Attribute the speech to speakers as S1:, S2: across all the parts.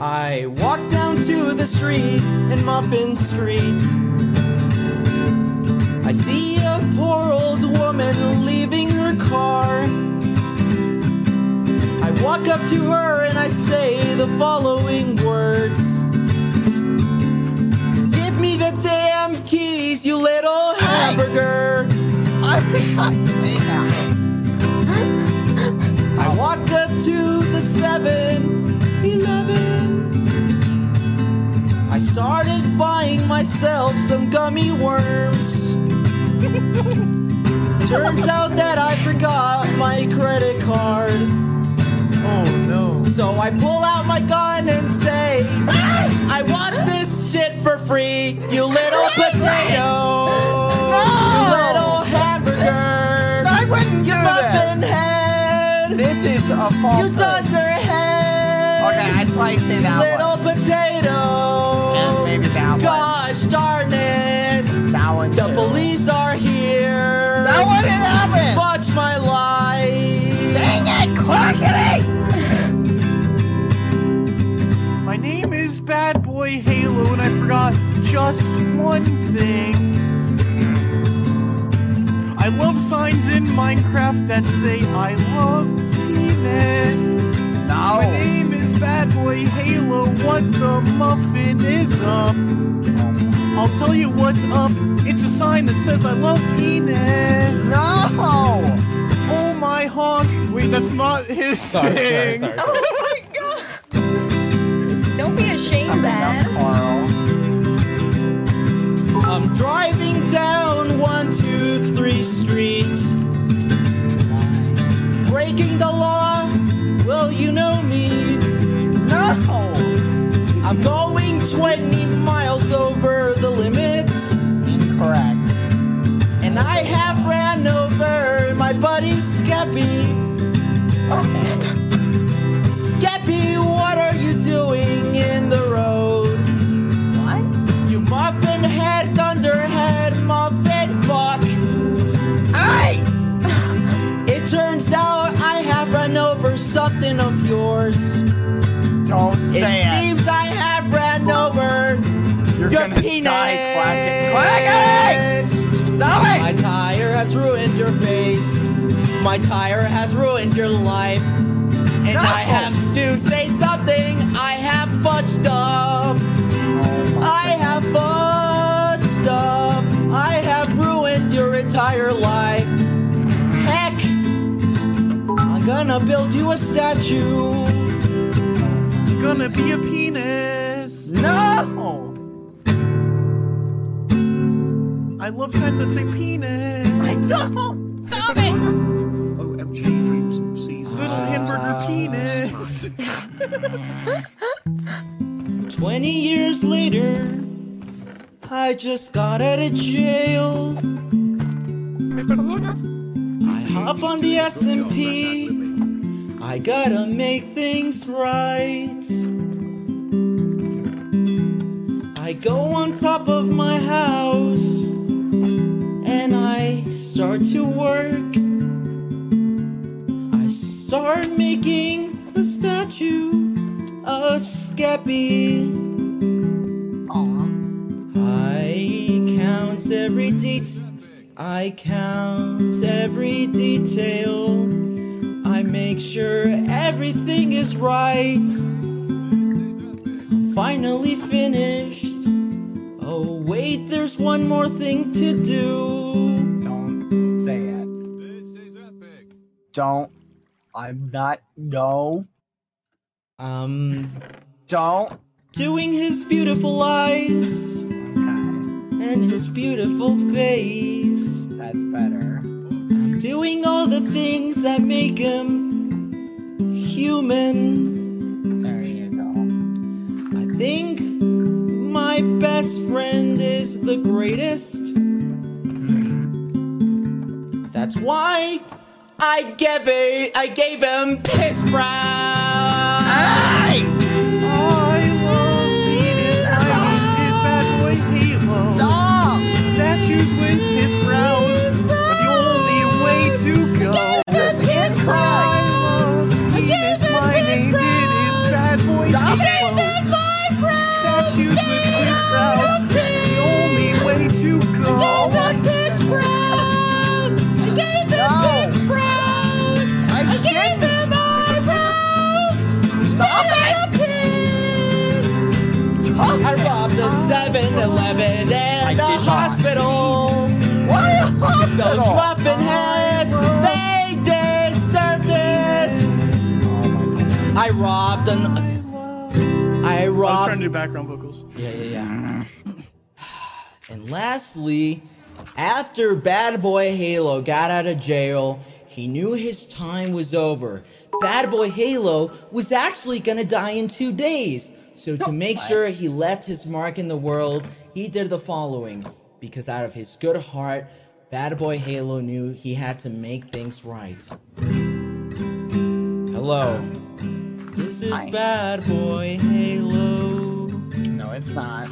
S1: I walk down to the street in Muffin Street. I see a poor old woman leaving her car. I walk up to her and I say the following words Give me the damn keys, you little hamburger. I walk up to the 7 Eleven. I started buying myself some gummy worms. Turns out that I forgot my credit card.
S2: Oh no.
S1: So I pull out my gun and say, I want this shit for free, you little potato. You little hamburger.
S2: I wouldn't do
S1: you
S2: that.
S1: muffin head.
S2: This is a
S1: You
S2: false.
S1: thunderhead.
S2: Okay, I'd probably say that
S1: Little potato.
S2: one. Maybe that one.
S1: Gosh darn it.
S2: That one.
S1: The
S2: too.
S1: police are here.
S2: That one didn't happen.
S1: Watch my life.
S2: Dang it, Quackity! My name is Bad Boy Halo, and I forgot just one thing. I love signs in Minecraft that say I love penis. No. My name is Bad Boy Halo. What the muffin is up? I'll tell you what's up. It's a sign that says I love penis.
S1: No.
S2: Oh my honk! Wait, that's not his
S3: Sorry, sorry,
S2: thing.
S3: sorry.
S4: Oh my god! Don't be ashamed, man.
S1: I'm driving down 123 Street. Breaking the law, well, you know me. No! I'm going 20 miles over the limits.
S2: Incorrect.
S1: And I have ran over my buddy Skeppy. Skeppy, what are you doing in the road?
S2: What?
S1: You muffin head, thunderhead, muffin fuck.
S2: Hey!
S1: It turns out I have run over something of yours.
S2: Don't
S1: It
S2: say it.
S1: seems I have ran over
S2: You're
S1: your
S2: gonna
S1: penis.
S2: die, Quackity. Stop
S1: My
S2: it!
S1: tire has ruined your face. My tire has ruined your life. And
S2: No.
S1: I have to say something. I have fudged up. I have fudged up. I have ruined your entire life. Heck, I'm gonna build you a statue.
S2: It's gonna be a penis.
S1: No!
S2: I love signs that say penis.
S1: don't!
S4: Stop it!
S5: OMG Dreams and Seasons.
S2: Little hamburger penis.
S1: 20 years later, I just got out of jail. I hop on the S&P. I gotta make things right. I go on top of my house and I start to work. I start making the statue of Skeppy. I count every detail. I count every detail. I make sure everything is right. Finally finished. Oh, wait, there's one more thing to do.
S2: Don't say it. Don't. I'm not. No.
S1: Um,
S2: Don't.
S1: doing his beautiful eyes
S2: Okay.
S1: and his beautiful face.
S2: That's better.
S1: I'm doing all the things that make him human.
S2: There you go.
S1: I think my best friend is the greatest. That's why I gave it, I gave him piss brown.
S2: I love penis. I
S1: I robbed a 7 Eleven and a
S2: Ah. I did not.
S1: hospital.
S4: Why a
S1: Those
S4: hospital?
S1: muffin
S2: Ah.
S1: heads, they deserved it.
S2: Oh
S1: I robbed an. I
S3: I was trying
S1: robbed.
S3: to do background vocals.
S1: Yeah, yeah, yeah. And lastly, after Bad Boy Halo got out of jail, he knew his time was over. Bad Boy Halo was actually gonna die in two days. So to make sure he left his mark in the world, he did the following. Because out of his good heart, Bad Boy Halo knew he had to make things right. Hello. This is
S2: Hi.
S1: Bad Boy Halo.
S2: No, it's not.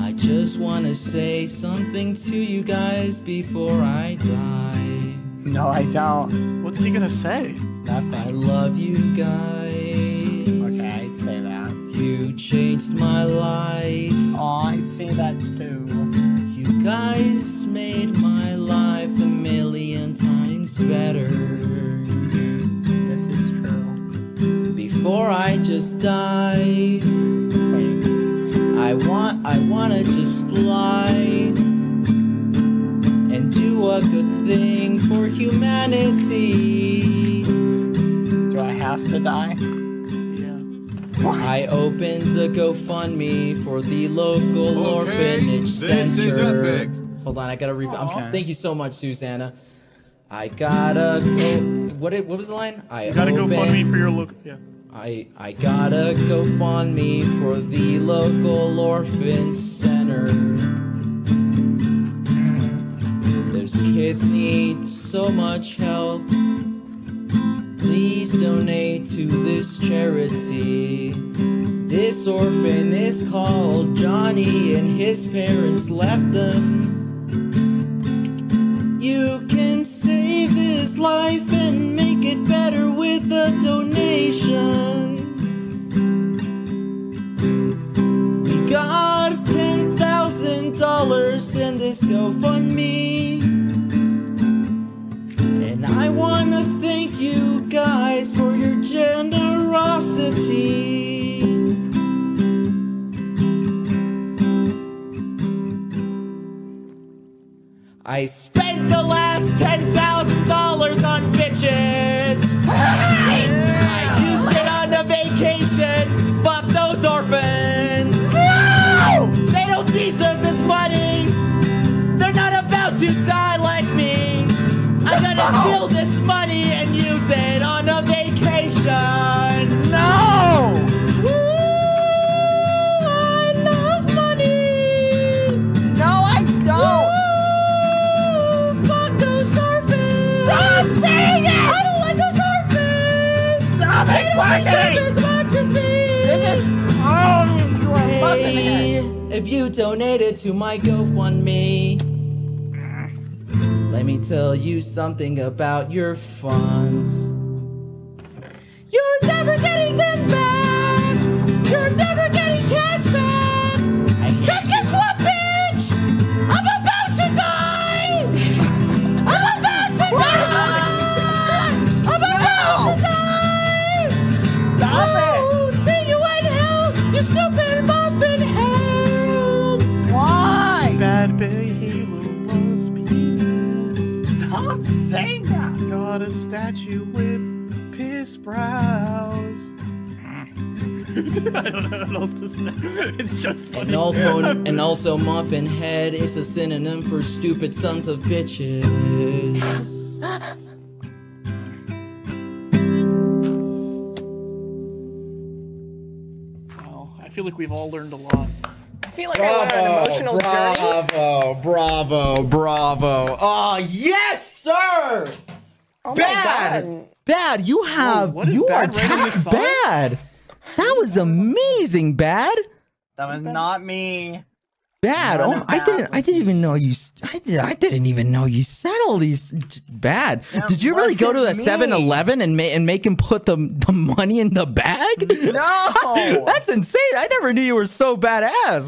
S1: I just wanna say something to you guys before I die.
S2: No, I don't.
S3: What's he gonna say?
S1: I
S2: Nothing.
S1: love you guys.
S2: Okay, I'd say that.
S1: You changed my life.
S2: Oh, I'd say that too.
S1: You guys made my life a million times better.
S2: This is true.
S1: Before I just die,
S2: Wait,
S1: I want I wanna just fly and do a good thing for humanity.
S2: do I have to die?
S3: Yeah.
S1: I opened a GoFundMe for the local
S6: Okay,
S1: orphanage
S6: this
S1: center.
S6: is epic.
S1: Hold on, I gotta re. I'm,
S2: Aw.
S1: thank you so much, Susanna. I gotta go. What, it, what was the line? I
S3: You gotta go
S1: opened,
S3: fund me for your look. Yeah.
S1: I I gotta GoFundMe for the local orphan center. Those kids need so much help. Please donate to this charity. This orphan is called Johnny, and his parents left them. You can save his life and make it better with a donation. We got $10,000 in this GoFundMe. And I want to thank you guys for your generosity. I spent the last $10,000 on bitches. I used it on a vacation. Fuck those orphans. They don't deserve this money. They're not about to die like me. I'm gonna steal this money and use it on a vacation.
S2: No!
S1: Woo! I love money.
S2: No, I don't!
S1: Woo! Fuck those orphans.
S2: Stop saying it!
S1: I don't like those orphans.
S2: Stop
S1: They
S2: it
S1: don't deserve
S2: working!
S1: as much as me.
S2: This is. Oh, you are fucking
S1: Hey, if you donated to my GoFundMe, let me tell you something about your funds. You're never getting them back. You're never getting cash back.
S2: I hate
S1: Cause guess what, bitch? I'm about to die. I'm about to die. I'm about to die.
S2: Stop
S1: Oh, see you in hell, you stupid muffin heads.
S2: it! Why?
S3: Bad boy Halo loves penis.
S2: Stop saying that!
S3: Got a statue with piss brows. I don't know what else to say. It's just funny.
S1: And also, and also, muffin head is a synonym for stupid sons of bitches.
S3: Wow, I feel like we've all learned a lot.
S4: I feel like I went on an emotional journey.
S1: bravo, bravo, bravo. Oh, yes, sir.
S4: Oh my
S1: bad,
S4: God.
S1: bad. You have
S3: what did
S1: you are
S3: Bad write in this
S1: top
S3: song?
S1: bad. That was amazing, bad.
S2: That was not me.
S1: Bad.
S2: None
S1: Oh,
S2: of
S1: I
S2: that
S1: didn't. I
S2: was
S1: didn't even know you. s- I did. I didn't even know you said all these. j- Bad.
S2: That
S1: Did you really go to a
S2: wasn't me.
S1: 7-Eleven and make and make him put the the money in the bag?
S2: No!
S1: That's insane. I never knew you were so badass.